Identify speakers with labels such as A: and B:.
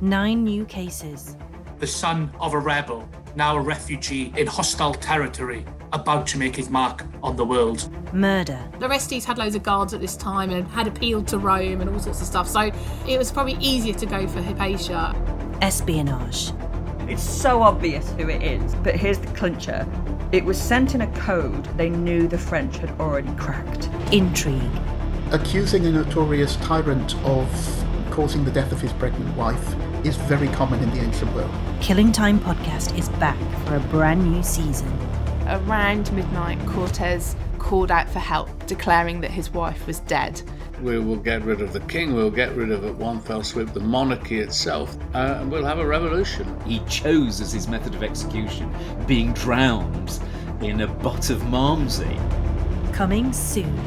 A: nine new cases.
B: The son of a rebel, now a refugee in hostile territory, about to make his mark on the world.
A: Murder,
C: Orestes had loads of guards at this time and had appealed to Rome and all sorts of stuff, so it was probably easier to go for Hypatia.
A: espionage,
D: It's so obvious who it is, but here's the clincher. It was sent in a code they knew the French had already cracked.
A: intrigue,
E: Accusing a notorious tyrant of causing the death of his pregnant wife is very common in the ancient world.
A: Killing Time podcast is back for a brand new season.
F: Around midnight, Cortez called out for help, declaring that his wife was dead.
G: We will get rid of the king, we'll get rid of at one fell swoop the monarchy itself, uh, and we'll have a revolution.
H: He chose as his method of execution being drowned in a butt of Malmsey.
A: Coming soon.